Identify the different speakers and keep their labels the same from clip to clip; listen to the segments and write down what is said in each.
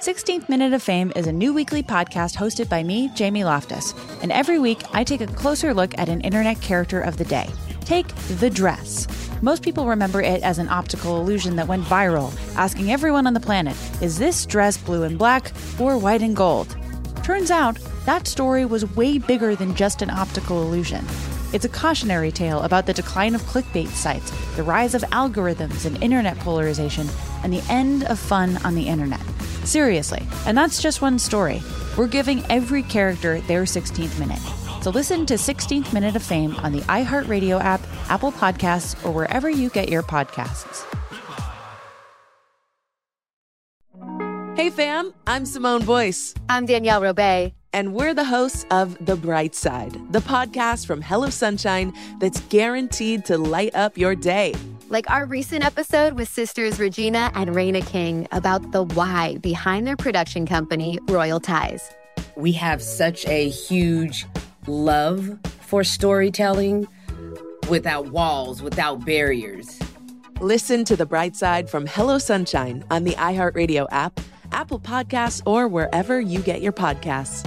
Speaker 1: 16th Minute of Fame is a new weekly podcast hosted by me, Jamie Loftus. And every week, I take a closer look at an internet character of the day. Take the dress. Most people remember it as an optical illusion that went viral, asking everyone on the planet, is this dress blue and black or white and gold? Turns out, that story was way bigger than just an optical illusion. It's a cautionary tale about the decline of clickbait sites, the rise of algorithms and internet polarization, and the end of fun on the internet. Seriously, and that's just one story. We're giving every character their 16th minute. So listen to 16th Minute of Fame on the iHeartRadio app, Apple Podcasts, or wherever you get your podcasts.
Speaker 2: Hey fam, I'm Simone Boyce.
Speaker 3: I'm Danielle Robay.
Speaker 2: And we're the hosts of The Bright Side, the podcast from Hello Sunshine that's guaranteed to light up your day
Speaker 3: like our recent episode with sisters Regina and Raina King about the why behind their production company, Royal Ties.
Speaker 4: We have such a huge love for storytelling without walls, without barriers.
Speaker 2: Listen to The Bright Side from Hello Sunshine on the iHeartRadio app, Apple Podcasts, or wherever you get your podcasts.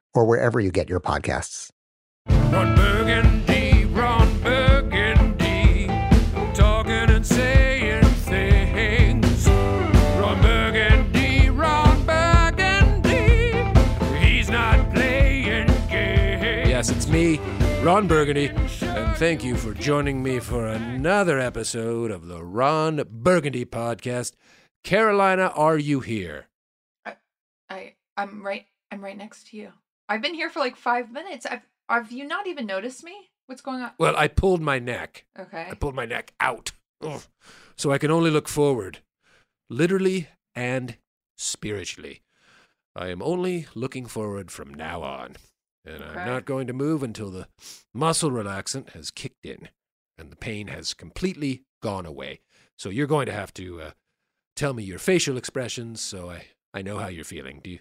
Speaker 5: or wherever you get your podcasts.
Speaker 6: One burgundy, Ron Burgundy, talking and saying things. Ron Burgundy, Ron Burgundy, he's not playing games.
Speaker 7: Yes, it's me, Ron Burgundy, and thank you for joining me for another episode of the Ron Burgundy podcast. Carolina, are you here?
Speaker 8: I, I I'm right I'm right next to you. I've been here for like 5 minutes. I've have you not even noticed me? What's going on?
Speaker 7: Well, I pulled my neck.
Speaker 8: Okay.
Speaker 7: I pulled my neck out. Ugh. So I can only look forward, literally and spiritually. I am only looking forward from now on. And I'm
Speaker 8: Okay.
Speaker 7: not going to move until the muscle relaxant has kicked in and the pain has completely gone away. So you're going to have to uh, tell me your facial expressions so I, I know how you're feeling. Do you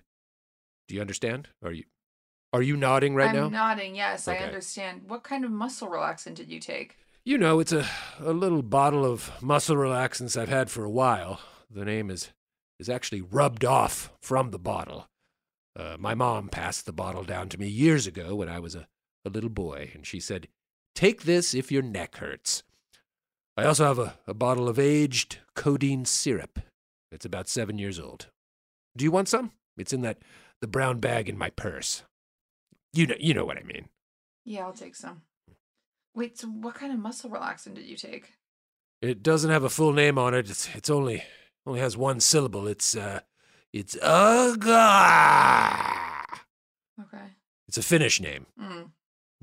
Speaker 7: do you understand? Are you are you nodding right
Speaker 8: I'm
Speaker 7: now?
Speaker 8: nodding. Yes,
Speaker 7: Okay.
Speaker 8: I understand. What kind of muscle relaxant did you take?
Speaker 7: You know, it's a, a little bottle of muscle relaxants I've had for a while. The name is, is actually rubbed off from the bottle. Uh, my mom passed the bottle down to me years ago when I was a, a little boy, and she said, Take this if your neck hurts. I also have a, a bottle of aged codeine syrup. It's about seven years old. Do you want some? It's in that the brown bag in my purse. You know, you know what I mean.
Speaker 8: Yeah, I'll take some. Wait, so what kind of muscle relaxant did you take?
Speaker 7: It doesn't have a full name on it. It's it's only only has one syllable. It's uh it's Uga.
Speaker 8: Okay.
Speaker 7: It's a Finnish name.
Speaker 8: Mm.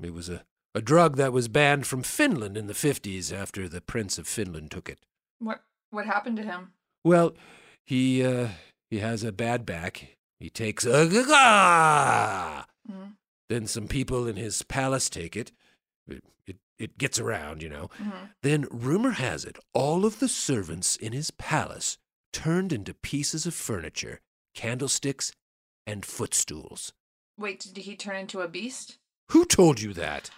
Speaker 7: It was a, a drug that was banned from Finland in the 50s after the Prince of Finland took it.
Speaker 8: What what happened to him?
Speaker 7: Well, he uh he has a bad back. He takes Uga.
Speaker 8: Mm.
Speaker 7: Then some people in his palace take it. It it, it gets around, you know.
Speaker 8: Mhm.
Speaker 7: Then rumor has it all of the servants in his palace turned into pieces of furniture, candlesticks, and footstools.
Speaker 8: Wait, did he turn into a beast?
Speaker 7: Who told you that?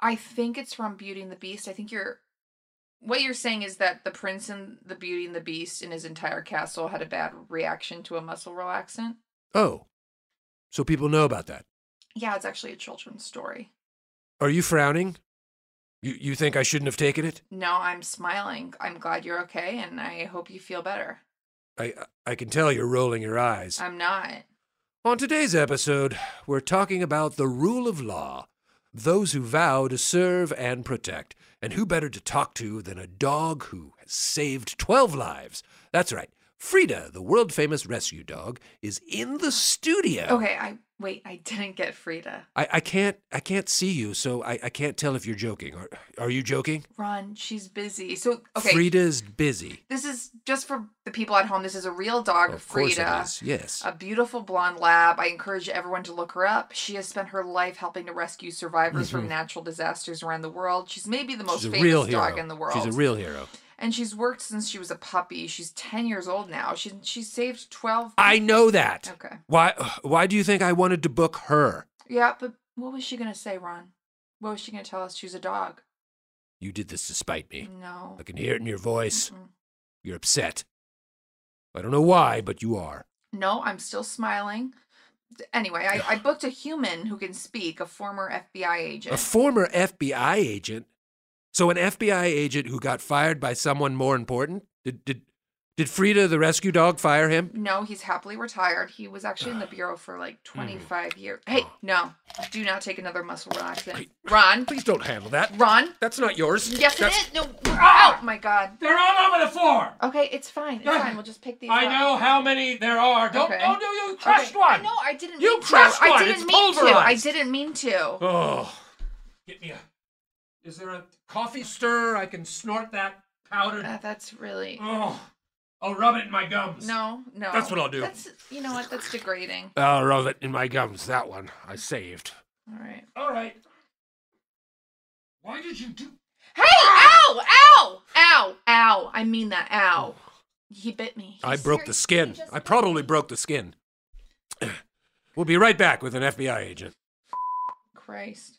Speaker 8: I think it's from Beauty and the Beast. I think you're what you're saying is that the prince and the Beauty and the Beast and his entire castle had a bad reaction to a muscle relaxant.
Speaker 7: Oh. So people know about that.
Speaker 8: Yeah, it's actually a children's story.
Speaker 7: Are you frowning? You you think I shouldn't have taken it?
Speaker 8: No, I'm smiling. I'm glad you're okay and I hope you feel better.
Speaker 7: I I can tell you're rolling your eyes.
Speaker 8: I'm not.
Speaker 7: On today's episode, we're talking about the rule of law, those who vow to serve and protect, and who better to talk to than a dog who has saved 12 lives. That's right. Frida, the world famous rescue dog, is in the studio.
Speaker 8: Okay, I wait. I didn't get Frida.
Speaker 7: I, I can't I can't see you, so I, I can't tell if you're joking. Are are you joking?
Speaker 8: Run. She's busy. So okay.
Speaker 7: Frida's busy.
Speaker 8: This is just for the people at home. This is a real dog,
Speaker 7: Of course it
Speaker 8: Frida.
Speaker 7: is, yes.
Speaker 8: A beautiful blonde lab. I encourage everyone to look her up. She has spent her life helping to rescue survivors from
Speaker 7: Mhm.
Speaker 8: natural disasters around the world. She's maybe the most
Speaker 7: She's a
Speaker 8: famous
Speaker 7: real hero.
Speaker 8: dog in the world.
Speaker 7: She's a real hero.
Speaker 8: And she's worked since she was a puppy. She's 10 years old now. She she saved 12
Speaker 7: I know that.
Speaker 8: Okay.
Speaker 7: Why why do you think I wanted to book her?
Speaker 8: Yeah, but what was she going to say, Ron? What was she going to tell us? She's a dog.
Speaker 7: You did this to spite me.
Speaker 8: No.
Speaker 7: I can hear it in your voice.
Speaker 8: Mm-mm.
Speaker 7: You're upset. I don't know why, but you are.
Speaker 8: No, I'm still smiling. Anyway, I, I booked a human who can speak, a former FBI agent.
Speaker 7: A former FBI agent. So an FBI agent who got fired by someone more important? Did did did Frida the rescue dog fire him?
Speaker 8: no, he's happily retired. He was actually in the bureau for like
Speaker 6: Hmm.
Speaker 8: 25 years. Hey, no. Do not take another muscle relaxant. Ron.
Speaker 7: Please don't handle that.
Speaker 8: Ron.
Speaker 7: That's not yours.
Speaker 8: Yes, it
Speaker 7: That's-
Speaker 8: is. No. Oh, my God.
Speaker 6: Ah! They're all over the floor.
Speaker 8: Okay, it's fine. It's
Speaker 6: Yeah.
Speaker 8: fine. We'll just pick these
Speaker 6: I
Speaker 8: up.
Speaker 6: know how many there are. Don't,
Speaker 8: Okay.
Speaker 6: oh no, you crushed
Speaker 8: Okay.
Speaker 6: one.
Speaker 8: No, I didn't
Speaker 6: You
Speaker 8: mean
Speaker 6: crushed
Speaker 8: to.
Speaker 6: one.
Speaker 8: I didn't
Speaker 6: It's
Speaker 8: mean to. I
Speaker 6: pulverized.
Speaker 8: didn't mean to.
Speaker 7: Oh.
Speaker 6: Get me a. Is there a coffee stirrer I can snort that powder?
Speaker 8: Uh, that's really
Speaker 6: Oh, I'll rub it in my gums.
Speaker 8: no, no.
Speaker 7: That's what I'll do.
Speaker 8: That's you know what? That's degrading.
Speaker 7: I'll Oh, rub it in my gums. That one I saved.
Speaker 8: All right.
Speaker 6: All right. Why did you do?
Speaker 8: Hey! Ow! Ow! Ow! Ow! I mean that. Ow! He bit me. He
Speaker 7: I broke
Speaker 8: seriously
Speaker 7: the skin.
Speaker 8: just
Speaker 7: I
Speaker 8: bit
Speaker 7: probably
Speaker 8: me.
Speaker 7: broke the skin. we'll be right back with an FBI agent.
Speaker 8: Christ.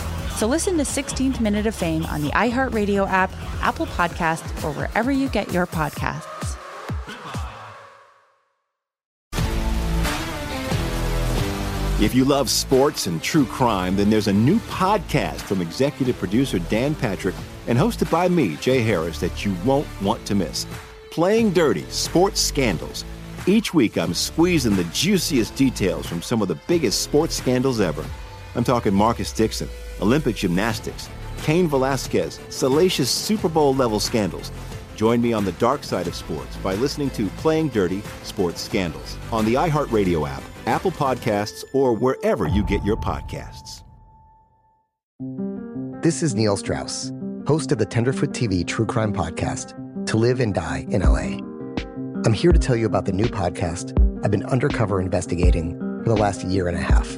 Speaker 1: So listen to 16th Minute of Fame on the iHeartRadio app, Apple Podcasts, or wherever you get your podcasts.
Speaker 9: If you love sports and true crime, then there's a new podcast from executive producer Dan Patrick and hosted by me, Jay Harris, that you won't want to miss. Playing Dirty Sports Scandals. Each week, I'm squeezing the juiciest details from some of the biggest sports scandals ever. I'm talking Marcus Dixon, Olympic gymnastics, Kane Velasquez, salacious Super Bowl level scandals. Join me on the dark side of sports by listening to Playing Dirty Sports Scandals on the iHeartRadio app, Apple Podcasts, or wherever you get your podcasts.
Speaker 5: This is Neil Strauss, host of the Tenderfoot TV True Crime Podcast, To Live and Die in LA. I'm here to tell you about the new podcast I've been undercover investigating for the last year and a half.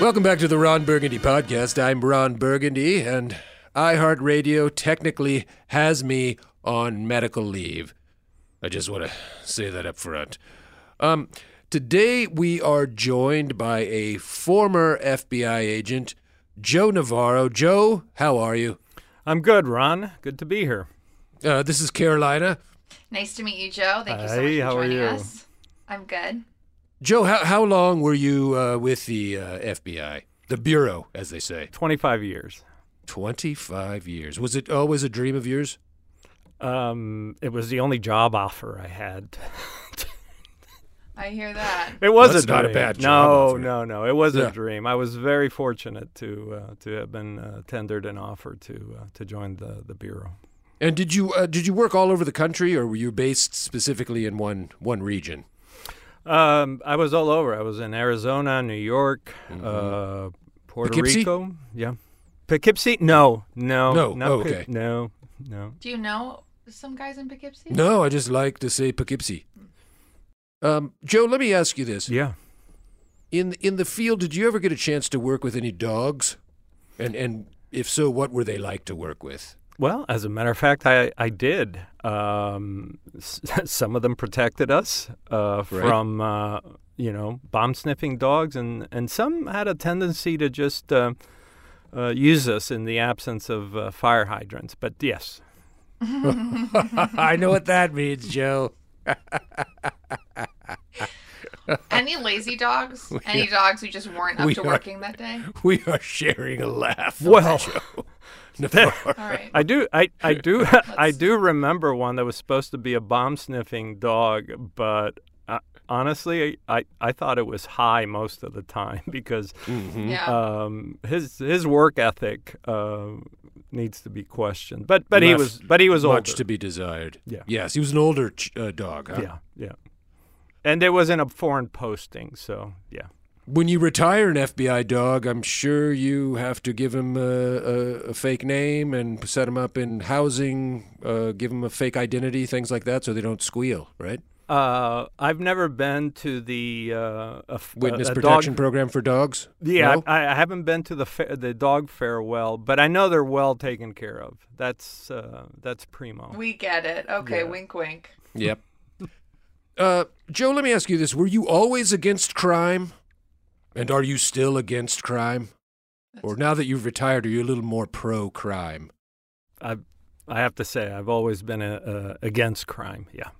Speaker 7: Welcome back to the Ron Burgundy Podcast. I'm Ron Burgundy, and iHeartRadio technically has me on medical leave. I just want to say that up front. Um, today, we are joined by a former FBI agent, Joe Navarro. Joe, how are you?
Speaker 10: I'm good, Ron. Good to be here.
Speaker 7: Uh, this is Carolina.
Speaker 8: Nice to meet you, Joe. Thank you so
Speaker 10: Hey,
Speaker 8: much
Speaker 10: how
Speaker 8: for
Speaker 10: are
Speaker 8: joining
Speaker 10: you?
Speaker 8: us. I'm good.
Speaker 7: Joe, how, how long were you uh, with the uh, FBI? The Bureau, as they say.
Speaker 10: 25 years.
Speaker 7: 25 years. Was it always a dream of yours?
Speaker 10: Um, it was the only job offer I had.
Speaker 8: I hear that.
Speaker 10: It was
Speaker 7: That's
Speaker 10: a
Speaker 7: not a
Speaker 10: dream.
Speaker 7: bad job
Speaker 10: No,
Speaker 7: offer.
Speaker 10: no, no. It was
Speaker 7: Yeah.
Speaker 10: a dream. I was very fortunate to uh, to have been uh, tendered an offer to uh, to join the the bureau.
Speaker 7: And did you uh, did you work all over the country, or were you based specifically in one one region?
Speaker 10: Um, I was all over. I was in Arizona, New York, uh, Puerto
Speaker 7: Mm-hmm. Poughkeepsie?
Speaker 10: Rico. Yeah, Poughkeepsie. No, no,
Speaker 7: No,
Speaker 10: not
Speaker 7: oh,
Speaker 10: Pou-
Speaker 7: okay.
Speaker 10: no, no.
Speaker 8: Do you know some guys in Poughkeepsie?
Speaker 7: No, I just like to say Poughkeepsie. Um, Joe, let me ask you this.
Speaker 10: Yeah.
Speaker 7: In in the field, did you ever get a chance to work with any dogs? And and if so, what were they like to work with?
Speaker 10: Well, as a matter of fact, I, I did. Um, s- some of them protected us uh, from, uh, you know, bomb sniffing dogs, and, and some had a tendency to just uh, uh, use us in the absence of uh, fire hydrants. But yes.
Speaker 7: I know what that means, Joe.
Speaker 8: Any lazy dogs?
Speaker 7: We
Speaker 8: Any
Speaker 7: are-
Speaker 8: dogs who just weren't up
Speaker 7: we
Speaker 8: to
Speaker 7: are-
Speaker 8: working that day?
Speaker 7: We are sharing a laugh.
Speaker 10: Well,
Speaker 7: Joe.
Speaker 8: right.
Speaker 10: I do, I, I do, I do remember one that was supposed to be a bomb sniffing dog, but uh, honestly, I, I thought it was high most of the time because
Speaker 7: Mm-hmm.
Speaker 8: Yeah.
Speaker 10: um, his his work ethic uh, needs to be questioned. But but he
Speaker 7: Left
Speaker 10: was but he was older.
Speaker 7: much to be desired.
Speaker 10: Yeah.
Speaker 7: Yes, he was an older ch- uh, dog. Huh?
Speaker 10: Yeah, yeah. And it was in a foreign posting, so yeah.
Speaker 7: When you retire an FBI dog, I'm sure you have to give him a, a, a fake name and set him up in housing, uh, give him a fake identity, things like that, so they don't squeal, right?
Speaker 10: Uh, I've never been to the uh, a f-
Speaker 7: Witness
Speaker 10: a- a dog-
Speaker 7: protection program for dogs.
Speaker 10: Yeah,
Speaker 7: No?
Speaker 10: I, I haven't been to the fa- the dog farewell, but I know they're well taken care of. That's uh, that's primo.
Speaker 8: We get it. Okay,
Speaker 10: Yeah.
Speaker 8: wink, wink.
Speaker 7: Yep. Uh, Joe, let me ask you this: Were you always against crime, and are you still against crime, or now that you've retired, are you a little more pro-crime?
Speaker 10: I I have to say I've always been uh uh against crime. Yeah,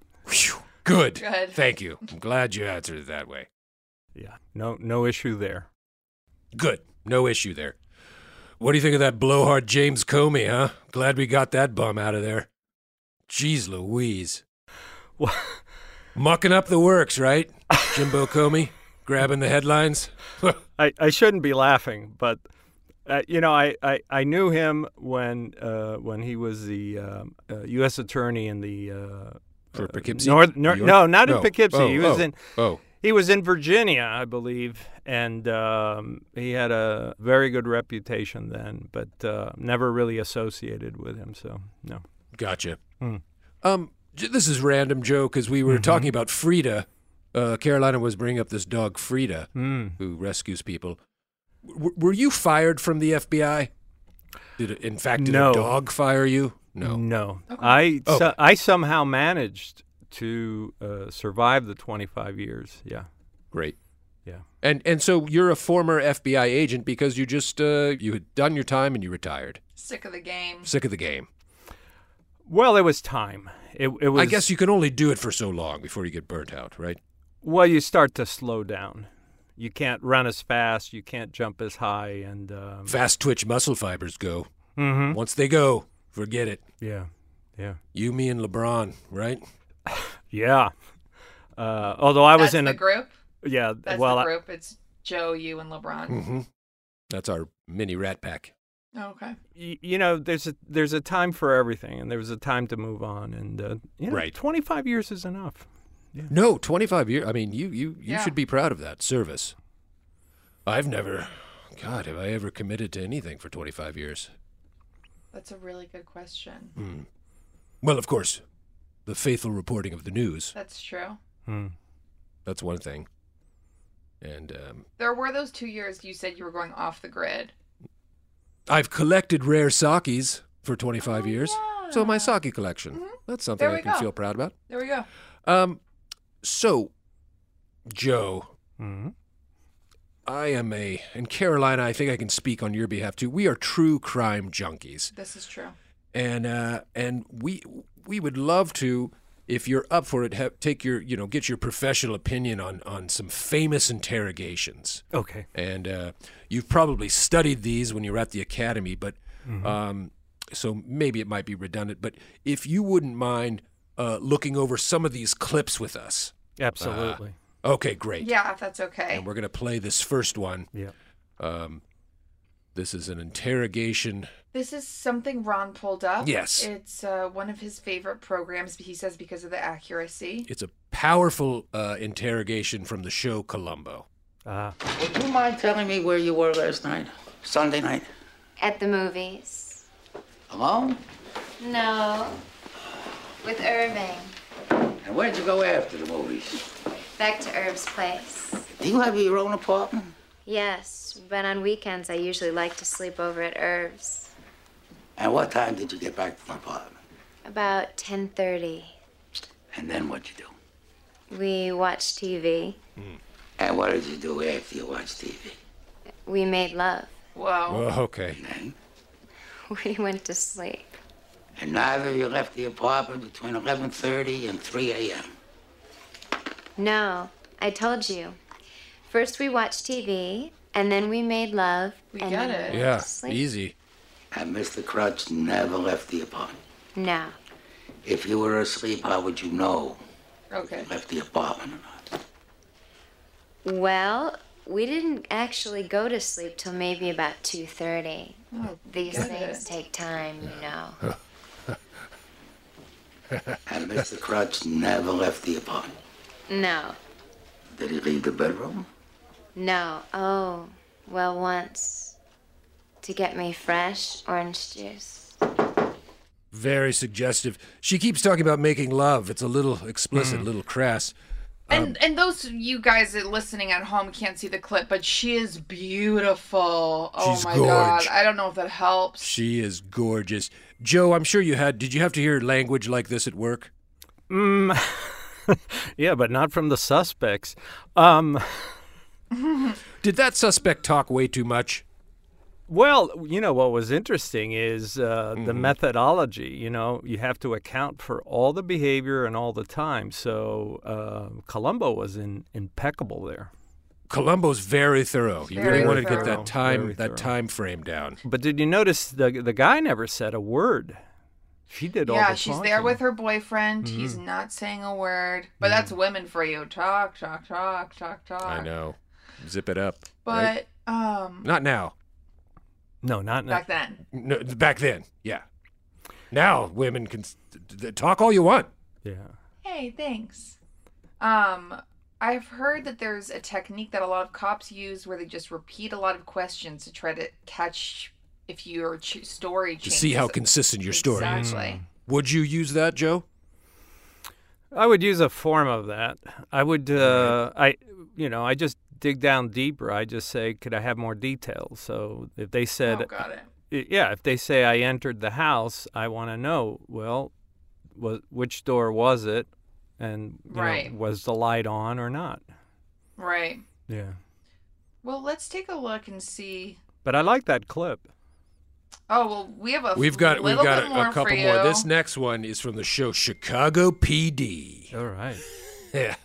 Speaker 7: Good.
Speaker 8: Good.
Speaker 7: Thank you. I'm glad you answered it that way.
Speaker 10: yeah. No no issue there.
Speaker 7: Good. No issue there. What do you think of that blowhard James Comey, huh? Glad we got that bum out of there. Jeez Louise.
Speaker 10: Wha-
Speaker 7: Mucking up the works, right? Jimbo Comey, grabbing the headlines.
Speaker 10: I, I shouldn't be laughing, but uh, you know, I, I, I knew him when uh, when he was the um, uh, U.S. attorney in the uh,
Speaker 7: For
Speaker 10: uh,
Speaker 7: Poughkeepsie,
Speaker 10: North,
Speaker 7: New
Speaker 10: nor,
Speaker 7: York?
Speaker 10: no, not
Speaker 7: No.
Speaker 10: in Poughkeepsie.
Speaker 7: Oh,
Speaker 10: he was
Speaker 7: oh,
Speaker 10: in
Speaker 7: oh.
Speaker 10: he was in Virginia, I believe, and um, he had a very good reputation then, but uh, never really associated with him. So no.
Speaker 7: Gotcha.
Speaker 10: Hmm. Mm-hmm.
Speaker 7: Um, j- this is random, Joe, because we were talking about Frida. Uh, Carolina was bringing up this dog, Frida,
Speaker 10: Hmm.
Speaker 7: who rescues people. W- were you fired from the FBI? Did it, in fact, did
Speaker 10: No.
Speaker 7: a dog fire you? Oh. No.
Speaker 10: No,
Speaker 7: Okay.
Speaker 10: I so-
Speaker 7: Okay.
Speaker 10: I somehow managed to uh, survive the 25 years. Yeah.
Speaker 7: Great.
Speaker 10: Yeah.
Speaker 7: And and so you're a former FBI agent because you just uh, you had done your time and you retired.
Speaker 8: Sick of the game.
Speaker 7: Sick of the game.
Speaker 10: Well, it was time. It, it was.
Speaker 7: I guess you can only do it for so long before you get burnt out, right?
Speaker 10: Well, you start to slow down. You can't run as fast. You can't jump as high. And um,
Speaker 7: Fast twitch muscle fibers go.
Speaker 10: Mhm.
Speaker 7: Once they go, forget it.
Speaker 10: Yeah. Yeah.
Speaker 7: You, me, and LeBron, right?
Speaker 10: Yeah. Uh, although I was
Speaker 8: That's
Speaker 10: in
Speaker 8: the
Speaker 10: a
Speaker 8: group.
Speaker 10: Yeah.
Speaker 8: That's
Speaker 10: well,
Speaker 8: the
Speaker 10: I-
Speaker 8: group. It's Joe, you, and LeBron.
Speaker 7: Mm-hmm. That's our mini rat pack.
Speaker 8: Okay.
Speaker 10: y- you know, there's a there's a time for everything, and there was a time to move on, and uh, you know,
Speaker 7: Right.
Speaker 10: 25 years is enough.
Speaker 7: No, 25 years. I mean, you you you
Speaker 10: Yeah.
Speaker 7: should be proud of that service. I've never God, have I ever committed to anything for 25 years?
Speaker 8: That's a really good question.
Speaker 7: Hmm. Well, of course, the faithful reporting of the news.
Speaker 8: That's true.
Speaker 7: That's one thing. And um,
Speaker 8: There were those two years you said you were going off the grid.
Speaker 7: I've collected rare sakis for 25 years. So my sake collection. That's something
Speaker 8: Oh, Mm-hmm. There
Speaker 7: I
Speaker 8: we
Speaker 7: can
Speaker 8: go.
Speaker 7: feel proud about.
Speaker 8: There we go.
Speaker 7: Um, so, Joe,
Speaker 10: Mhm.
Speaker 7: I am a, and Carolina, I think I can speak on your behalf too. We are true crime junkies,
Speaker 8: This is true.
Speaker 7: and uh, and we we would love to, if you're up for it, have, take your you know get your professional opinion on on some famous interrogations.
Speaker 10: Okay.
Speaker 7: And uh, you've probably studied these when you were at the academy, but
Speaker 10: Mhm.
Speaker 7: um, so maybe it might be redundant. But if you wouldn't mind uh, looking over some of these clips with us,
Speaker 10: Absolutely.
Speaker 7: Uh, okay, great.
Speaker 8: Yeah, if that's okay.
Speaker 7: And we're going to play this first one.
Speaker 10: Yeah.
Speaker 7: Um, this is an interrogation.
Speaker 8: This is something Ron pulled up.
Speaker 7: Yes.
Speaker 8: It's uh, one of his favorite programs, he says, because of the accuracy.
Speaker 7: It's a powerful uh, interrogation from the show Columbo.
Speaker 10: Ah.
Speaker 11: Would you mind telling me where you were last night? Sunday night.
Speaker 3: At the movies.
Speaker 11: Alone?
Speaker 3: No. With Irving.
Speaker 11: And where did you go after the movies?
Speaker 3: Back to Irv's place.
Speaker 11: Do you have your own apartment?
Speaker 3: Yes, but on weekends I usually like to sleep over at Irv's.
Speaker 11: And what time did you get back to the apartment?
Speaker 3: About 10:30.
Speaker 11: And then what you do?
Speaker 3: We watched TV.
Speaker 11: And what did you do after you watched TV?
Speaker 3: We made love.
Speaker 8: Whoa.
Speaker 7: Oh, okay.
Speaker 11: Hmm?
Speaker 3: We went to sleep.
Speaker 11: And neither of you left the apartment between 11.30 and 3 a.m.
Speaker 3: No, I told you. First we watched TV, and then we made love. We and
Speaker 8: get
Speaker 3: then
Speaker 8: it.
Speaker 3: we went to sleep.
Speaker 7: easy.
Speaker 11: And Mr. Crutch never left the apartment.
Speaker 3: No.
Speaker 11: If you were asleep, how would you know
Speaker 8: Okay.
Speaker 11: you left the apartment or not?
Speaker 3: Well, we didn't actually go to sleep till maybe about 2:30. These
Speaker 11: get
Speaker 3: things take time, you know.
Speaker 11: And Mr. Crutch never left the apartment.
Speaker 3: No.
Speaker 11: Did he leave the bedroom?
Speaker 3: No. Oh, well once to get me fresh orange juice.
Speaker 7: Very suggestive. She keeps talking about making love. It's a little
Speaker 10: Mm.
Speaker 7: explicit, a little crass. Um,
Speaker 8: And and those of you guys that listening at home can't see the clip, but she is beautiful. Oh
Speaker 7: She's
Speaker 8: my
Speaker 7: gorge.
Speaker 8: god. I don't know if that helps.
Speaker 7: she is gorgeous. Joe, I'm sure you had. Did you have to hear language like this at work?
Speaker 10: Mm, yeah, but not from the suspects. Um,
Speaker 7: Did that suspect talk way too much?
Speaker 10: Well, you know what was interesting is uh, the
Speaker 7: Mm-hmm.
Speaker 10: methodology. You know, you have to account for all the behavior and all the time. So uh, Columbo was in, impeccable there.
Speaker 7: Columbo's very thorough. You
Speaker 10: Very
Speaker 7: really want to get
Speaker 10: thorough.
Speaker 7: that time
Speaker 10: Very
Speaker 7: that time frame down.
Speaker 10: But did you notice the the guy never said a word? She did all the
Speaker 8: yeah, she's there
Speaker 10: talking.
Speaker 8: with her boyfriend. He's
Speaker 7: Mm-hmm.
Speaker 10: Mhm.
Speaker 8: not saying a word. But that's women for you. Talk, talk, talk, talk, talk.
Speaker 7: I know. Zip it up. right?
Speaker 8: But um
Speaker 7: not now.
Speaker 10: No, not
Speaker 8: back then.
Speaker 7: No, back then. Yeah. Now women can s- d- d- talk all you want.
Speaker 10: Yeah.
Speaker 8: Hey, thanks. Um, I've heard that there's a technique that a lot of cops use where they just repeat a lot of questions to try to catch if your ch- story
Speaker 7: To
Speaker 8: changes.
Speaker 7: see how consistent your story is.
Speaker 8: Exactly.
Speaker 7: Would you use that, Joe?
Speaker 10: I would use a form of that. I would, uh, I, you know, I just dig down deeper. I just say, could I have more details? So if they said,
Speaker 8: Oh, got it.
Speaker 10: I- yeah, if they say I entered the house, I want to know. Well, was, which door was it? and you know,
Speaker 8: Right.
Speaker 10: was the light on or not?
Speaker 8: Right.
Speaker 10: Yeah.
Speaker 8: Well, let's take a look and see.
Speaker 10: But I like that clip.
Speaker 8: Oh well, we have a
Speaker 7: We've got we've
Speaker 8: little
Speaker 7: got
Speaker 8: bit
Speaker 7: a,
Speaker 8: more
Speaker 7: a
Speaker 8: for
Speaker 7: couple more.
Speaker 8: you.
Speaker 7: This next one is from the show Chicago PD.
Speaker 10: All right.
Speaker 7: yeah.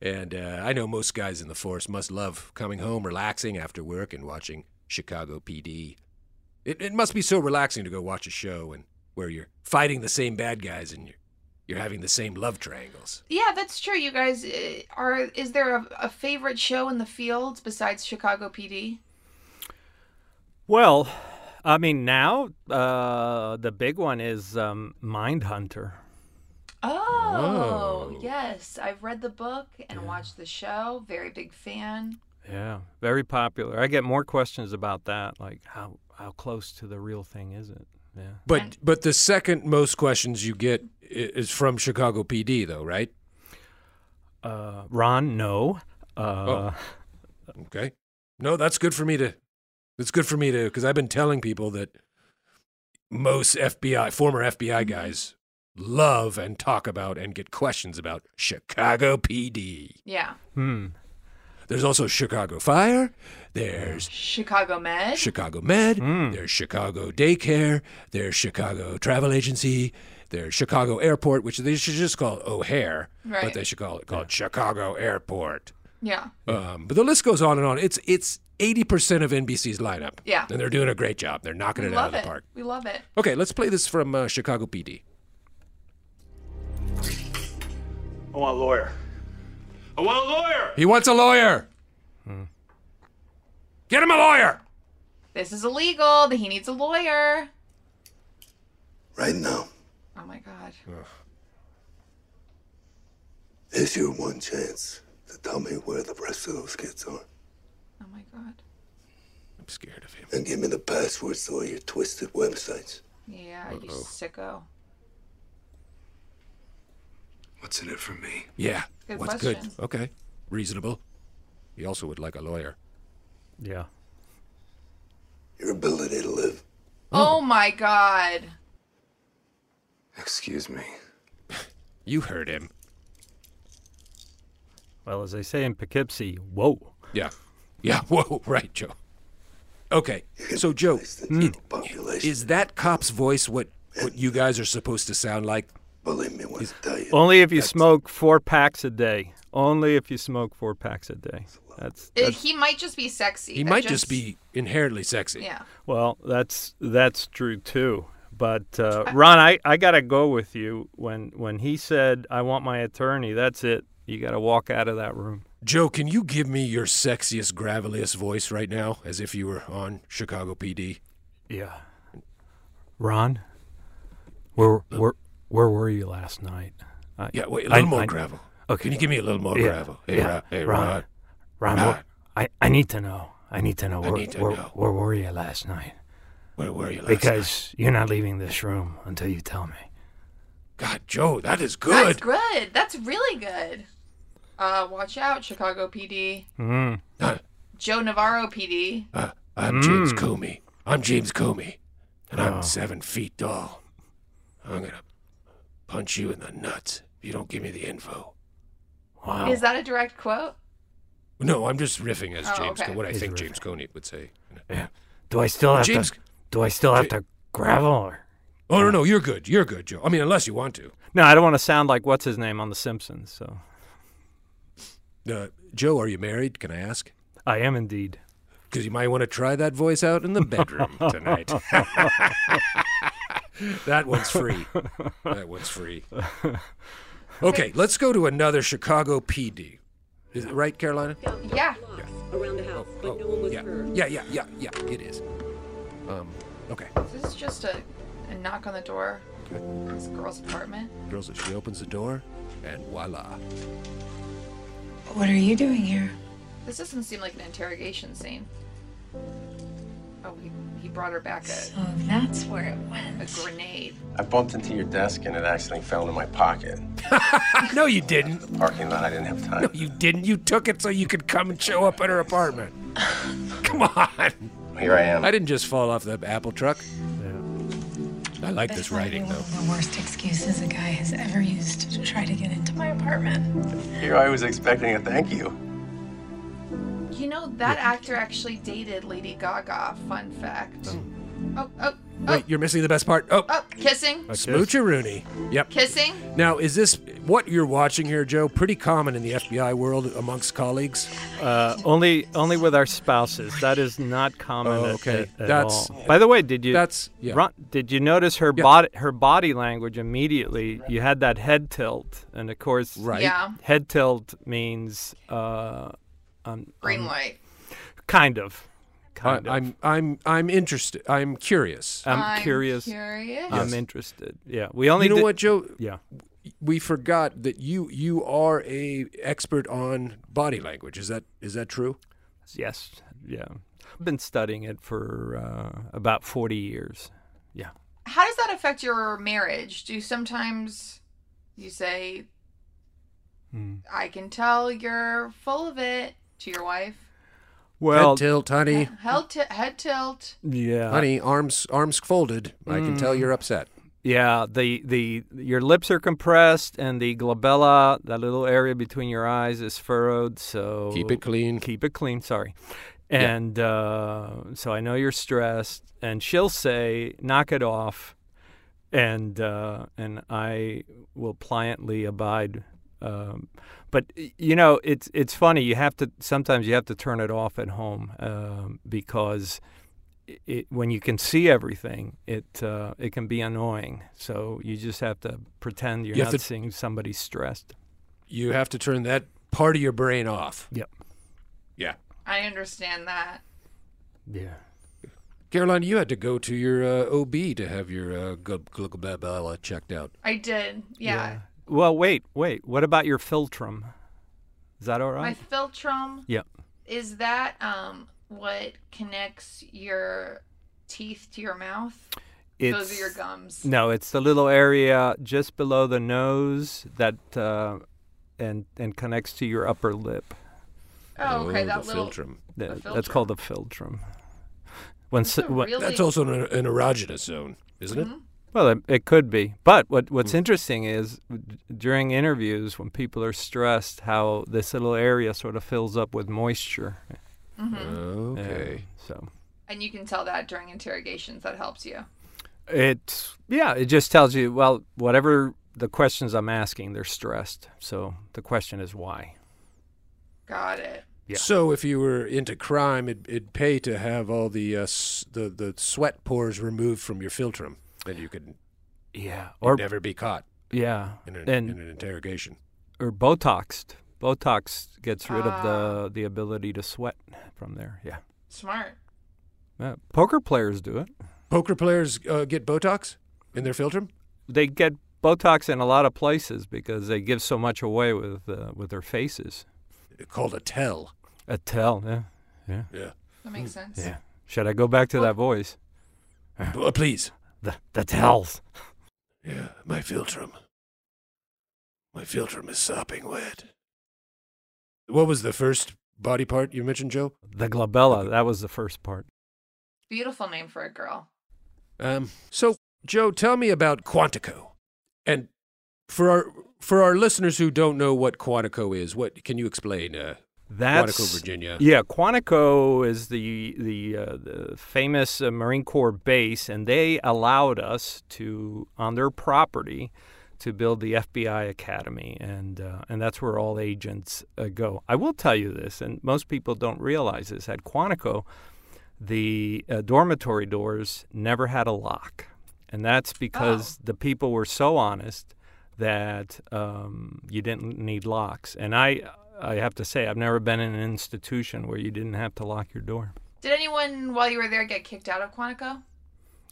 Speaker 7: And uh, I know most guys in the force must love coming home, relaxing after work, and watching Chicago PD. It, it must be so relaxing to go watch a show and where you're fighting the same bad guys and you're, you're having the same love triangles.
Speaker 8: Yeah, that's true. You guys uh, are. Is there a, a favorite show in the field besides Chicago PD?
Speaker 10: Well, I mean now uh, the big one is um, Mindhunter.
Speaker 8: Oh,
Speaker 10: Whoa.
Speaker 8: yes. I've read the book and watched the show. Very big fan.
Speaker 10: Yeah, very popular. I get more questions about that, like how how close to the real thing is it? Yeah.
Speaker 7: But but the second most questions you get i- is from Chicago PD, though, right?
Speaker 10: Uh, Ron, no. Uh,
Speaker 7: Oh. Okay. No, that's good for me to. That's good for me to because I've been telling people that most FBI former FBI guys love and talk about and get questions about Chicago PD.
Speaker 8: Yeah.
Speaker 10: Hmm.
Speaker 7: There's also Chicago Fire. There's
Speaker 8: Chicago Med.
Speaker 7: Chicago Med. There's Chicago Daycare. There's Chicago Travel Agency. There's Chicago Airport, which they should just call O'Hare,
Speaker 8: Right.
Speaker 7: but they should call it called Chicago Airport.
Speaker 8: yeah.
Speaker 7: Um, but the list goes on and on. It's it's eighty percent of NBC's lineup.
Speaker 8: Yeah.
Speaker 7: and they're doing a great job. They're knocking
Speaker 8: We
Speaker 7: it out
Speaker 8: love
Speaker 7: of the
Speaker 8: it.
Speaker 7: park.
Speaker 8: We love it.
Speaker 7: Okay, let's play this from uh, Chicago PD.
Speaker 12: I want a lawyer. I want a lawyer!
Speaker 7: He wants a lawyer. Hmm. Get him a lawyer.
Speaker 8: This is illegal. He needs a lawyer.
Speaker 12: Right now
Speaker 8: Oh my God.
Speaker 12: is your one chance to tell me where the rest of those kids are.
Speaker 8: Oh my God.
Speaker 7: I'm scared of him.
Speaker 12: And give me the passwords to all your twisted websites.
Speaker 8: Yeah, you
Speaker 12: Uh-oh.
Speaker 8: sicko.
Speaker 12: What's in it for me?
Speaker 7: Yeah,
Speaker 8: Good
Speaker 7: what's
Speaker 8: question.
Speaker 7: good? Okay, reasonable. He also would like a lawyer.
Speaker 10: Yeah.
Speaker 12: Your ability to live.
Speaker 8: Oh, my God.
Speaker 12: Excuse me.
Speaker 7: You heard him.
Speaker 10: Well, as they say in Poughkeepsie, whoa.
Speaker 7: Yeah. Yeah. Whoa. Right, Joe. Okay, so Joe, it- is that cop's voice what what you guys are supposed to sound like?
Speaker 12: Believe me when I tell you.
Speaker 10: Only if you smoke four packs a day. Only if you smoke four packs a day. That's,
Speaker 8: Uh,
Speaker 10: that's
Speaker 8: He might just be sexy.
Speaker 7: He
Speaker 8: That
Speaker 7: might just be inherently sexy.
Speaker 8: Yeah.
Speaker 10: Well, that's that's true too. But uh, Ron, I, I gotta go with you. When when he said, "I want my attorney," that's it. You gotta walk out of that room.
Speaker 7: Joe, can you give me your sexiest, graveliest voice right now, as if you were on Chicago PD?
Speaker 10: Yeah. Ron, where where where were you last night? I,
Speaker 7: Yeah, wait, a little more gravel.
Speaker 10: Okay,
Speaker 7: Can you give me a little more
Speaker 10: yeah,
Speaker 7: gravel? Hey,
Speaker 10: yeah,
Speaker 7: Ron- hey,
Speaker 10: Ron,
Speaker 7: Ron.
Speaker 10: Ron,
Speaker 7: Ron.
Speaker 10: where- I, I need to know. I need to know.
Speaker 7: I
Speaker 10: Where,
Speaker 7: need to
Speaker 10: where,
Speaker 7: know.
Speaker 10: where were you last night?
Speaker 7: Where were you last
Speaker 10: because you're not leaving this room until you tell me.
Speaker 7: God, Joe, that is
Speaker 8: That's
Speaker 7: good.
Speaker 8: good. That's really good. Uh, watch out, Chicago PD.
Speaker 10: Mm.
Speaker 8: Joe Navarro PD.
Speaker 7: I'm James
Speaker 10: Mm. Oh.
Speaker 7: Comey. I'm James Comey, and I'm seven feet tall. I'm gonna punch you in the nuts if you don't give me the info. Wow.
Speaker 8: Is that a direct quote?
Speaker 7: no, I'm just riffing as
Speaker 8: Oh,
Speaker 7: James.
Speaker 8: okay.
Speaker 7: What I
Speaker 10: He's
Speaker 7: think
Speaker 10: riffing.
Speaker 7: James Coney would say.
Speaker 10: Yeah. Do I still have
Speaker 7: James-
Speaker 10: to? Do I still have to gravel? Or?
Speaker 7: Oh no, no, you're good. You're good, Joe. I mean, unless you want to.
Speaker 10: No, I don't want to sound like what's his name on The Simpsons. So
Speaker 7: Uh, Joe, are you married? Can I ask?
Speaker 10: I am indeed.
Speaker 7: Because you might want to try that voice out in the bedroom tonight. that one's free. That one's free. Okay, let's go to another Chicago PD. Is it right, Carolina?
Speaker 8: Yeah.
Speaker 13: around the house, but no one was
Speaker 7: Yeah,
Speaker 13: hurt.
Speaker 7: yeah, yeah, Oh, yeah, yeah. It is. Um, okay.
Speaker 8: This is just a, a knock on the door. This girl's apartment.
Speaker 7: Girls, she opens the door, and voila.
Speaker 14: What are you doing here?
Speaker 8: This doesn't seem like an interrogation scene. Oh, he, he brought her back a. So
Speaker 14: that's where it went.
Speaker 8: A grenade.
Speaker 15: I bumped into your desk and it accidentally fell into my pocket.
Speaker 7: no, you didn't.
Speaker 15: The parking lot, I didn't have time.
Speaker 7: No, you didn't. You took it so you could come and show up at her apartment. Come on.
Speaker 15: Here I am.
Speaker 7: I didn't just fall off the apple truck. I like this writing, though.
Speaker 14: The worst excuses a guy has ever used to try to get into my apartment.
Speaker 15: Here I was expecting a thank you.
Speaker 8: You know, that actor actually dated Lady Gaga. Fun fact. Oh, oh,
Speaker 7: Wait, you're missing the best part. Oh,
Speaker 8: oh, kissing.
Speaker 7: Smoocheroonie. Yep.
Speaker 8: Kissing?
Speaker 7: Now, is this what you're watching here, Joe? Pretty common in the FBI world amongst colleagues.
Speaker 10: Uh, only, only with our spouses. That is not common.
Speaker 7: Oh,
Speaker 10: at-
Speaker 7: okay.
Speaker 10: at, at
Speaker 7: That's-
Speaker 10: all. By the way, did you?
Speaker 7: That's- yeah.
Speaker 10: Ron, did you notice her
Speaker 7: Yeah.
Speaker 10: body? Her body language immediately. You had that head tilt, and of course,
Speaker 7: Right. Yeah.
Speaker 10: Head tilt means uh, um,
Speaker 8: Green
Speaker 10: um,
Speaker 8: light.
Speaker 10: Kind of.
Speaker 7: Kind I, I'm, I'm, I'm interested. I'm curious.
Speaker 10: I'm I'm curious.
Speaker 8: curious.
Speaker 10: I'm interested. Yeah. We only.
Speaker 7: You know
Speaker 10: did-
Speaker 7: what, Joe?
Speaker 10: Yeah.
Speaker 7: We forgot that you, you are a expert on body language. Is that, is that true?
Speaker 10: Yes. Yeah. I've been studying it for uh, about 40 years. Yeah.
Speaker 8: How does that affect your marriage? Do sometimes you say,
Speaker 10: Hmm.
Speaker 8: I can tell you're full of it to your wife?
Speaker 10: Well-
Speaker 7: head tilt, honey.
Speaker 8: Head, t- head tilt.
Speaker 10: Yeah.
Speaker 7: Honey, arms, arms folded. I can tell
Speaker 10: Mm.
Speaker 7: you're upset.
Speaker 10: Yeah, the the your lips are compressed and the glabella, that little area between your eyes, is furrowed. So
Speaker 7: Keep it
Speaker 10: clean. Keep it clean. Sorry,
Speaker 7: Yeah.
Speaker 10: and uh, so I know you're stressed, and she'll say, "Knock it off," and uh, and I will pliantly abide. Um, but y- you know, it's it's funny. You have to sometimes you have to turn it off at home um, because it, when you can see everything, it uh, it can be annoying. So you just have to pretend you're
Speaker 7: You have
Speaker 10: not
Speaker 7: to-
Speaker 10: seeing somebody stressed.
Speaker 7: You have to turn that part of your brain off.
Speaker 10: Yep.
Speaker 7: Yeah.
Speaker 8: I understand that.
Speaker 10: Yeah.
Speaker 7: Caroline, you had to go to your uh, OB to have your uh, gl- gl- gl- blah, blah checked out.
Speaker 8: I did. Yeah.
Speaker 10: Well, wait, wait. What about your filtrum? Is that all
Speaker 8: My
Speaker 10: right?
Speaker 8: philtrum
Speaker 10: Yep.
Speaker 8: is that um what connects your teeth to your mouth? Those are your
Speaker 10: It's-
Speaker 8: gums.
Speaker 10: No, it's the little area just below the nose that uh, and and connects to your upper lip.
Speaker 8: Oh, okay, Oh, that the little- philtrum.
Speaker 10: That-
Speaker 8: the
Speaker 10: that's
Speaker 8: philtrum.
Speaker 10: called the filtrum. When,
Speaker 8: That's
Speaker 10: so-
Speaker 8: a
Speaker 10: when-
Speaker 8: really- Mm-hmm.
Speaker 7: That's also an, er, an erogenous zone, isn't it? Hmm.
Speaker 10: Well, it, it could be. But what, what's interesting is d- during interviews, when people are stressed, how this little area sort of fills up with moisture.
Speaker 8: Mhm.
Speaker 7: Okay.
Speaker 10: Yeah, so
Speaker 8: And you can tell that during interrogations. That helps you.
Speaker 10: it, yeah, it just tells you, well, whatever the questions I'm asking, they're stressed. So the question is why.
Speaker 8: Got it.
Speaker 10: Yeah.
Speaker 7: So if you were into crime, it'd, it'd pay to have all the, uh, s- the the sweat pores removed from your filtrum, and you could
Speaker 10: yeah
Speaker 7: or
Speaker 10: or-
Speaker 7: never be caught
Speaker 10: Yeah.
Speaker 7: in an,
Speaker 10: And-
Speaker 7: in an interrogation.
Speaker 10: Or Botoxed. Botox gets rid
Speaker 8: Ah.
Speaker 10: of the, the ability to sweat from there. Yeah.
Speaker 8: Smart.
Speaker 10: Uh, poker players do it.
Speaker 7: Poker players uh, get Botox in their filtrum.
Speaker 10: They get Botox in a lot of places because they give so much away with uh, with their faces.
Speaker 7: Called a tell.
Speaker 10: A tell, yeah, yeah,
Speaker 7: Yeah.
Speaker 8: That makes sense.
Speaker 10: yeah. Should I go back to that voice?
Speaker 7: Uh, please.
Speaker 10: The the tells.
Speaker 7: Yeah, my filtrum. My filtrum is sopping wet. What was the first body part you mentioned, Joe?
Speaker 10: The glabella. That was the first part.
Speaker 8: Beautiful name for a girl.
Speaker 7: Um, so, Joe, tell me about Quantico. And for our for our listeners who don't know what Quantico is, what can you explain? Uh,
Speaker 10: That's
Speaker 7: Quantico, Virginia.
Speaker 10: Yeah, Quantico is the the, uh, the famous uh, Marine Corps base, and they allowed us to on their property to build the FBI Academy, and uh, and that's where all agents uh, go. I will tell you this, and most people don't realize this. At Quantico, the uh, dormitory doors never had a lock, and that's because the people were so honest that um, you didn't need locks. And I, I have to say, I've never been in an institution where you didn't have to lock your door.
Speaker 8: Did anyone while you were there get kicked out of Quantico?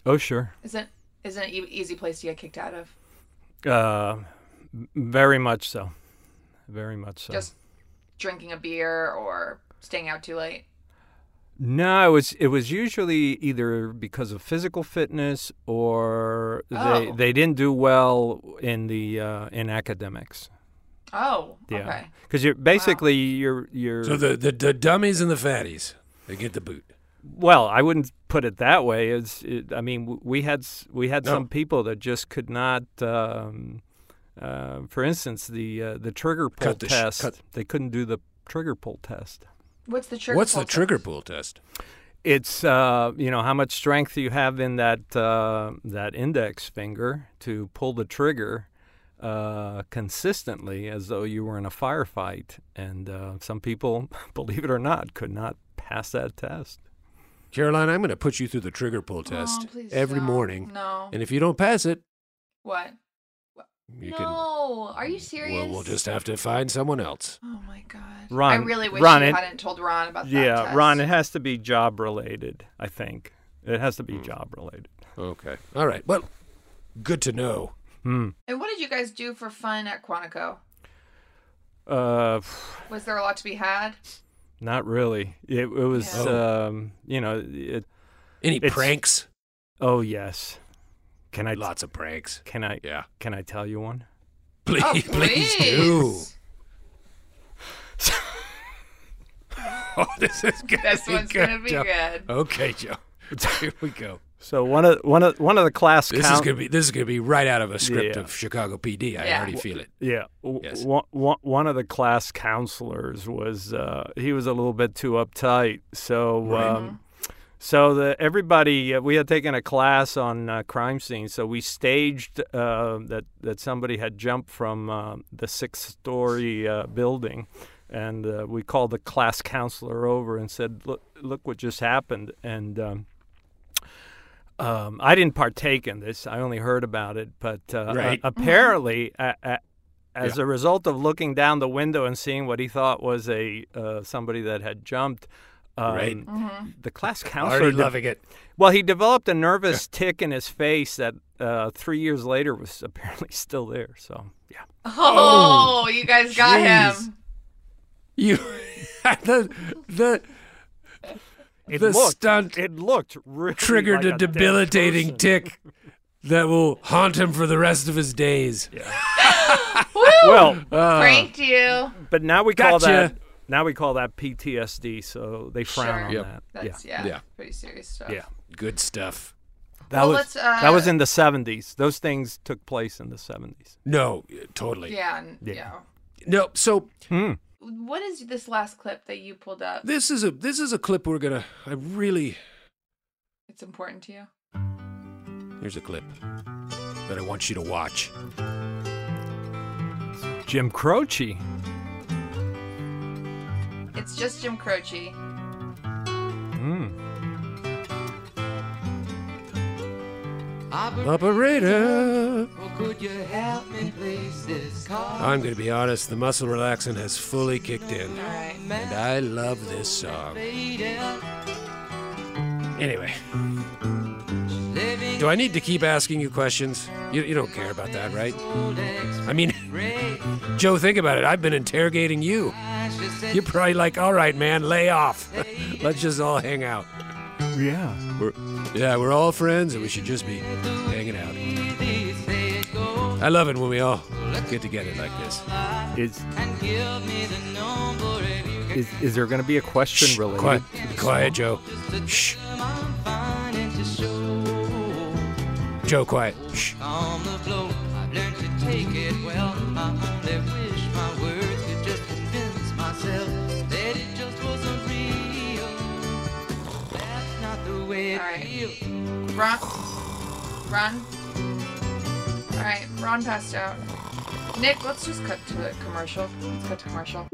Speaker 10: Oh, sure.
Speaker 8: Isn't isn't it an e, easy place to get kicked out of?
Speaker 10: Uh, m- very much so. Very much so.
Speaker 8: Just drinking a beer or staying out too late.
Speaker 10: No, it was it was usually either because of physical fitness or they
Speaker 8: Oh.
Speaker 10: they didn't do well in the uh, in academics.
Speaker 8: Oh,
Speaker 10: Yeah,
Speaker 8: okay.
Speaker 10: because you're basically you're you're
Speaker 7: so the, the the dummies and the fatties, they get the boot.
Speaker 10: Well, I wouldn't put it that way. It's, it, I mean, w- we had s- we had
Speaker 7: No.
Speaker 10: some people that just could not. Um, uh, for instance, the uh, the trigger pull
Speaker 7: Cut the sh-
Speaker 10: test.
Speaker 7: cut-
Speaker 10: They couldn't do the trigger pull test.
Speaker 8: What's the trigger?
Speaker 7: What's the
Speaker 8: pull test?
Speaker 7: trigger pull test?
Speaker 10: It's uh, you know how much strength you have in that uh, that index finger to pull the trigger uh, consistently, as though you were in a firefight. And uh, some people, believe it or not, could not pass that test.
Speaker 7: Caroline, I'm going to put you through the trigger pull test
Speaker 8: Oh, please
Speaker 7: every
Speaker 8: don't.
Speaker 7: morning.
Speaker 8: No.
Speaker 7: And if you don't pass it,
Speaker 8: What?
Speaker 7: you
Speaker 8: no.
Speaker 7: can.
Speaker 8: Are you
Speaker 7: we'll-
Speaker 8: serious?
Speaker 7: We'll, just have to find someone else.
Speaker 8: Oh my god.
Speaker 10: Ron,
Speaker 8: I really wish
Speaker 10: Ron,
Speaker 8: you
Speaker 10: it-
Speaker 8: hadn't told Ron about that.
Speaker 10: yeah,
Speaker 8: test.
Speaker 10: Ron, it has to be job related. I think it has to be job related.
Speaker 7: Hmm. Okay. All right. Well, good to know.
Speaker 10: Hmm.
Speaker 8: And what did you guys do for fun at Quantico?
Speaker 10: Uh,
Speaker 8: Was there a lot to be had?
Speaker 10: Not really. It, it was,
Speaker 8: Yeah. Oh.
Speaker 10: um, you know, it.
Speaker 7: Any
Speaker 10: it's-
Speaker 7: pranks?
Speaker 10: Oh yes. Can I?
Speaker 7: Lots of pranks.
Speaker 10: Can I?
Speaker 7: Yeah.
Speaker 10: Can I tell you one?
Speaker 7: Please,
Speaker 8: Oh,
Speaker 7: please do.
Speaker 8: please.
Speaker 7: oh, this is gonna
Speaker 8: This
Speaker 7: be
Speaker 8: one's
Speaker 7: good.
Speaker 8: gonna be
Speaker 7: Joe.
Speaker 8: good.
Speaker 7: Okay, Joe. Here we go.
Speaker 10: So one of one of one of the class
Speaker 7: This is
Speaker 10: count-
Speaker 7: gonna be this is gonna be right out of a script
Speaker 10: Yeah.
Speaker 7: of Chicago PD. I already feel it.
Speaker 10: Yeah. W-
Speaker 7: Yes.
Speaker 10: One, one, one of the class counselors was uh, he was a little bit too uptight. So
Speaker 7: Right.
Speaker 10: um, so the everybody uh, we had taken a class on uh, crime scenes. So we staged uh, that that somebody had jumped from uh, the sixth story uh, building. And uh, we called the class counselor over and said, "Look, look what just happened." And um, um, I didn't partake in this. I only heard about it, but uh,
Speaker 7: Right.
Speaker 10: a- apparently, a a as
Speaker 7: Yeah.
Speaker 10: a result of looking down the window and seeing what he thought was a uh, somebody that had jumped, um,
Speaker 7: Right.
Speaker 8: Mm-hmm.
Speaker 10: the class counselor
Speaker 7: Already loving it.
Speaker 10: Well, he developed a nervous tick in his face that uh, three years later was apparently still there. So yeah,
Speaker 8: Oh, you guys got
Speaker 7: jeez.
Speaker 8: him.
Speaker 7: You the the
Speaker 10: it
Speaker 7: the
Speaker 10: looked
Speaker 7: stunt
Speaker 10: it looked really
Speaker 7: triggered
Speaker 10: like
Speaker 7: a
Speaker 10: dead
Speaker 7: debilitating
Speaker 10: person.
Speaker 7: tick that will haunt him for the rest of his days.
Speaker 10: Well,
Speaker 8: Pranked you.
Speaker 10: but now we call
Speaker 7: Uh, Gotcha.
Speaker 10: that now we call that PTSD. So they frown
Speaker 8: Sure.
Speaker 10: on
Speaker 7: Yep.
Speaker 10: that.
Speaker 8: That's
Speaker 10: yeah.
Speaker 8: yeah,
Speaker 7: Yeah.
Speaker 8: Pretty serious stuff.
Speaker 10: Yeah.
Speaker 7: Good stuff.
Speaker 10: That
Speaker 8: Well,
Speaker 10: was
Speaker 8: let's, uh,
Speaker 10: that was in the seventies. Those things took place in the seventies.
Speaker 7: No, totally.
Speaker 8: Yeah. and-
Speaker 10: Yeah. Hmm.
Speaker 8: Yeah.
Speaker 7: No, so
Speaker 8: What is this last clip that you pulled up?
Speaker 7: this is a this is a clip we're gonna I really
Speaker 8: It's important to you.
Speaker 7: here's a clip that I want you to watch.
Speaker 10: Jim Croce.
Speaker 8: It's just Jim Croce.
Speaker 10: Mm.
Speaker 7: Operator
Speaker 13: Could you help me, please? This car.
Speaker 7: I'm gonna be honest, the muscle relaxant has fully kicked in. And I love this song. Anyway. Do I need to keep asking you questions? You, you don't care about that, right? I mean, Joe, think about it. I've been interrogating you. You're probably like, all right, man, lay off. Let's just all hang out.
Speaker 10: Yeah.
Speaker 7: We're, yeah, we're all friends and we should just be hanging out. I love it when we all get together like this.
Speaker 10: Is is, is there going to be a question related?
Speaker 7: Quiet,
Speaker 10: to the
Speaker 7: quiet,
Speaker 10: song?
Speaker 7: Joe. Shh. Joe, quiet. Shh.
Speaker 8: All right. Ron. Ron. All right. Ron passed out. Nick, let's just cut to a commercial. Let's cut to commercial.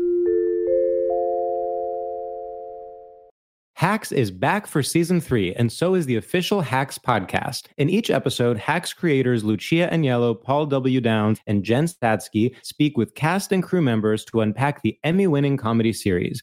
Speaker 16: Hacks is back for season three, and so is the official Hacks podcast. In each episode, Hacks creators Lucia Agnello, Paul W. Downs, and Jen Statsky speak with cast and crew members to unpack the Emmy winning comedy series.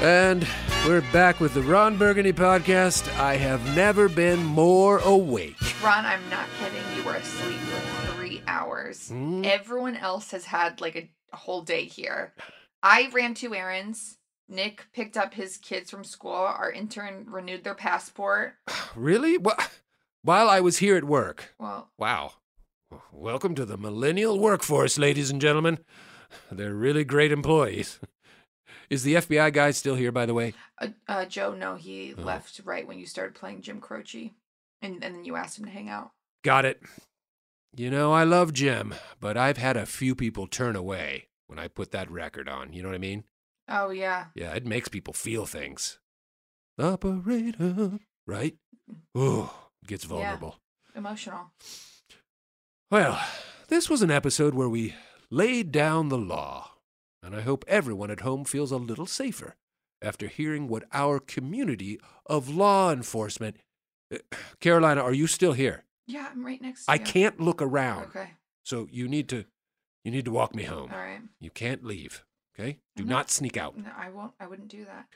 Speaker 7: And we're back with the Ron Burgundy podcast. I have never been more awake.
Speaker 8: Ron, I'm not kidding. You were asleep for three hours. Everyone else has had like a whole day here. I ran two errands. Nick picked up his kids from school. Our intern renewed their passport.
Speaker 7: Really? Wha- While I was here at work.
Speaker 8: Well,
Speaker 7: Wow. Welcome to the millennial workforce, ladies and gentlemen. They're really great employees. Is the FBI guy still here, by the way?
Speaker 8: uh, uh, Joe, no, he left right when you started playing Jim Croce, and, and then you asked him to hang out.
Speaker 7: Got it. You know, I love Jim, but I've had a few people turn away when I put that record on. You know what I mean?
Speaker 8: Oh yeah,
Speaker 7: Yeah, it makes people feel things. Operator, right?
Speaker 8: Mm-hmm.
Speaker 7: Ooh, gets vulnerable.
Speaker 8: emotional.
Speaker 7: Well, this was an episode where we laid down the law, and I hope everyone at home feels a little safer after hearing what our community of law enforcement. Uh, Carolina, are you still here?
Speaker 8: Yeah, I'm right next. to
Speaker 7: I
Speaker 8: you.
Speaker 7: can't look around.
Speaker 8: Okay.
Speaker 7: So you need to you need to walk me home.
Speaker 8: All right. Mm-hmm.
Speaker 7: You can't leave. Okay? Do
Speaker 8: I'm
Speaker 7: not sneak out.
Speaker 8: No, I won't. I wouldn't do that.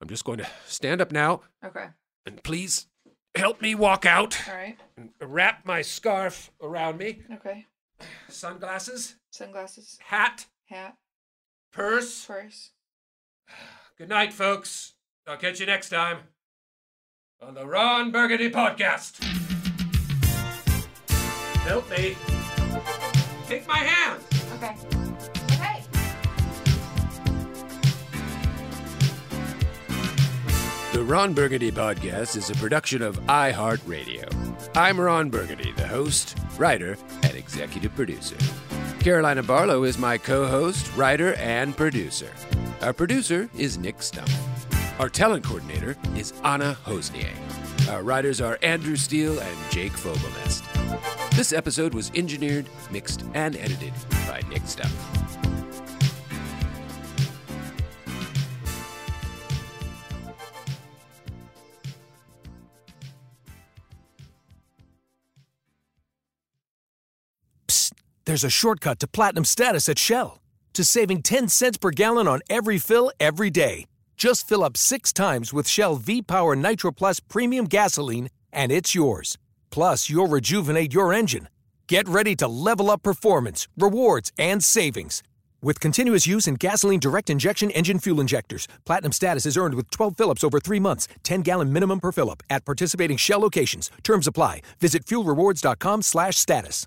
Speaker 7: I'm just going to stand up now
Speaker 8: Okay.
Speaker 7: and please help me walk out.
Speaker 8: All right.
Speaker 7: And wrap my scarf around me.
Speaker 8: Okay.
Speaker 7: Sunglasses,
Speaker 8: Sunglasses,
Speaker 7: hat,
Speaker 8: hat,
Speaker 7: purse.
Speaker 8: purse.
Speaker 7: Good night, folks. I'll catch you next time on the Ron Burgundy podcast. Help me. Take my hand.
Speaker 8: Okay. Okay.
Speaker 7: The Ron Burgundy podcast is a production of iHeartRadio. I'm Ron Burgundy, the host, writer, and executive producer. Carolina Barlow is my co host, writer, and producer. Our producer is Nick Stumpf. Our talent coordinator is Anna Hosnier. Our writers are Andrew Steele and Jake Fogelnest. This episode was engineered, mixed, and edited by Nick Stubb.
Speaker 17: There's a shortcut to platinum status at Shell to saving 10 cents per gallon on every fill every day. Just fill up six times with Shell V Power Nitro Plus Premium Gasoline, and it's yours. Plus, you'll rejuvenate your engine. Get ready to level up performance, rewards, and savings. With continuous use in gasoline direct injection engine fuel injectors, platinum status is earned with 12 fill ups over three months, 10 gallon minimum per fill up at participating Shell locations. Terms apply. Visit fuelrewards.com slash status.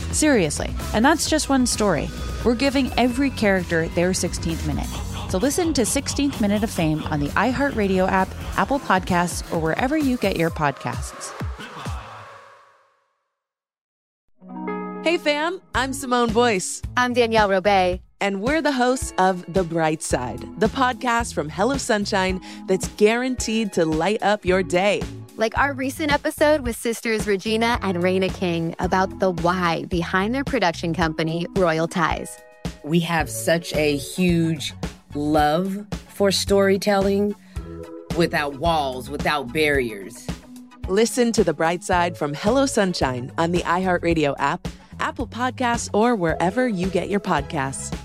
Speaker 1: Seriously, and that's just one story. We're giving every character their 16th minute. So listen to 16th Minute of Fame on the iHeartRadio app, Apple Podcasts, or wherever you get your podcasts.
Speaker 2: Hey, fam, I'm Simone Boyce.
Speaker 3: I'm Danielle Robay.
Speaker 2: And we're the hosts of The Bright Side, the podcast from Hello Sunshine that's guaranteed to light up your day.
Speaker 3: Like our recent episode with sisters Regina and Raina King about the why behind their production company, Royal Ties.
Speaker 4: We have such a huge love for storytelling without walls, without barriers.
Speaker 2: Listen to The Bright Side from Hello Sunshine on the iHeartRadio app, Apple Podcasts, or wherever you get your podcasts.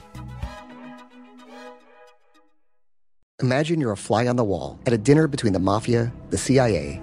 Speaker 5: Imagine you're a fly on the wall at a dinner between the mafia, the CIA,